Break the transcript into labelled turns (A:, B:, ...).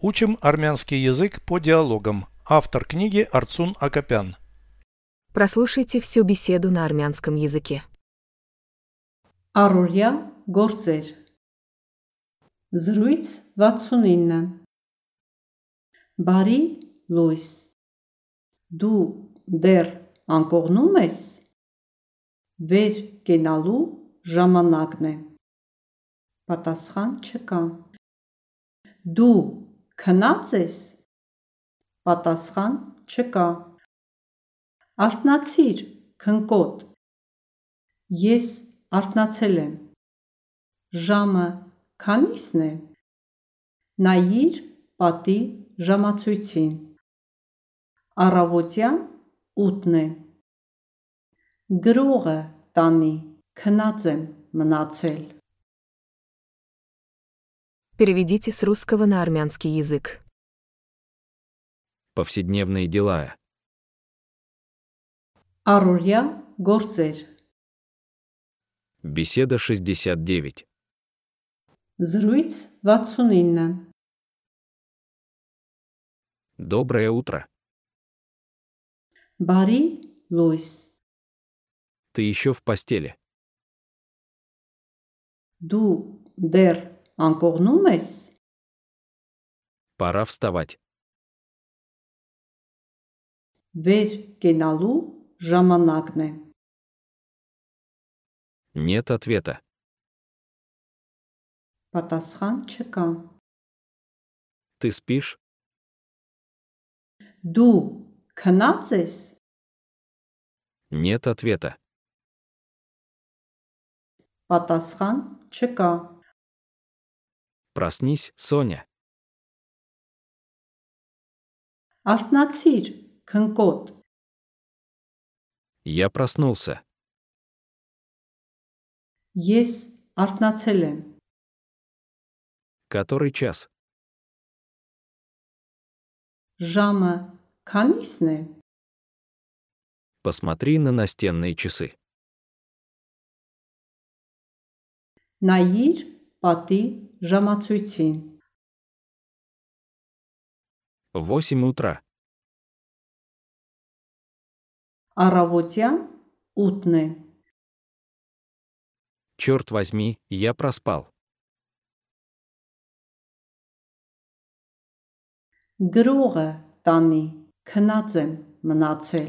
A: Учим армянский язык по диалогам. Автор книги Арцун Акопян.
B: Прослушайте всю беседу на армянском языке.
C: Առօրյա գործեր Զրույց 69 Բարի լույս Դու դեռ անկողնում ես Վեր կենալու ժամանակն է Պատասխան չկա Դու քնած ես Պատասխան չկա Արտնացիր քնկոտ Ես արտնացել եմ։ Ժամը քանիսն է։ Նայիր պատի ժամացույցին։ Առավոտյան 8-ն է։ Գրողը տանի, քնած եմ մնացել։
B: Переведите с русского на армянский язык.
D: повседневные дела,
C: Առօրյա գործեր
D: беседа 69,
C: Զրույց 69
D: доброе утро,
C: Բարի լույս
D: ты еще в постели,
C: Դու դեռ անկողնում ես
D: пора вставать,
C: Վեր կենալու ժամանակն է
D: нет ответа,
C: Պատասխան չկա։
D: ты спишь,
C: Դու քնած ես,
D: нет ответа,
C: պատասխան չկա։
D: проснись, Соня,
C: Արտնացիր, քնկոտ,
D: я проснулся,
C: ես արտնացել եմ։
D: который час,
C: Ժամը քանիսն է։
D: посмотри на настенные часы,
C: Նայիր պատի ժամացույցին։
D: 8 утра,
C: Առավոտյան 8-ն է։
D: черт возьми, я проспал,
C: Գրողը տանի, քնած եմ մնացել։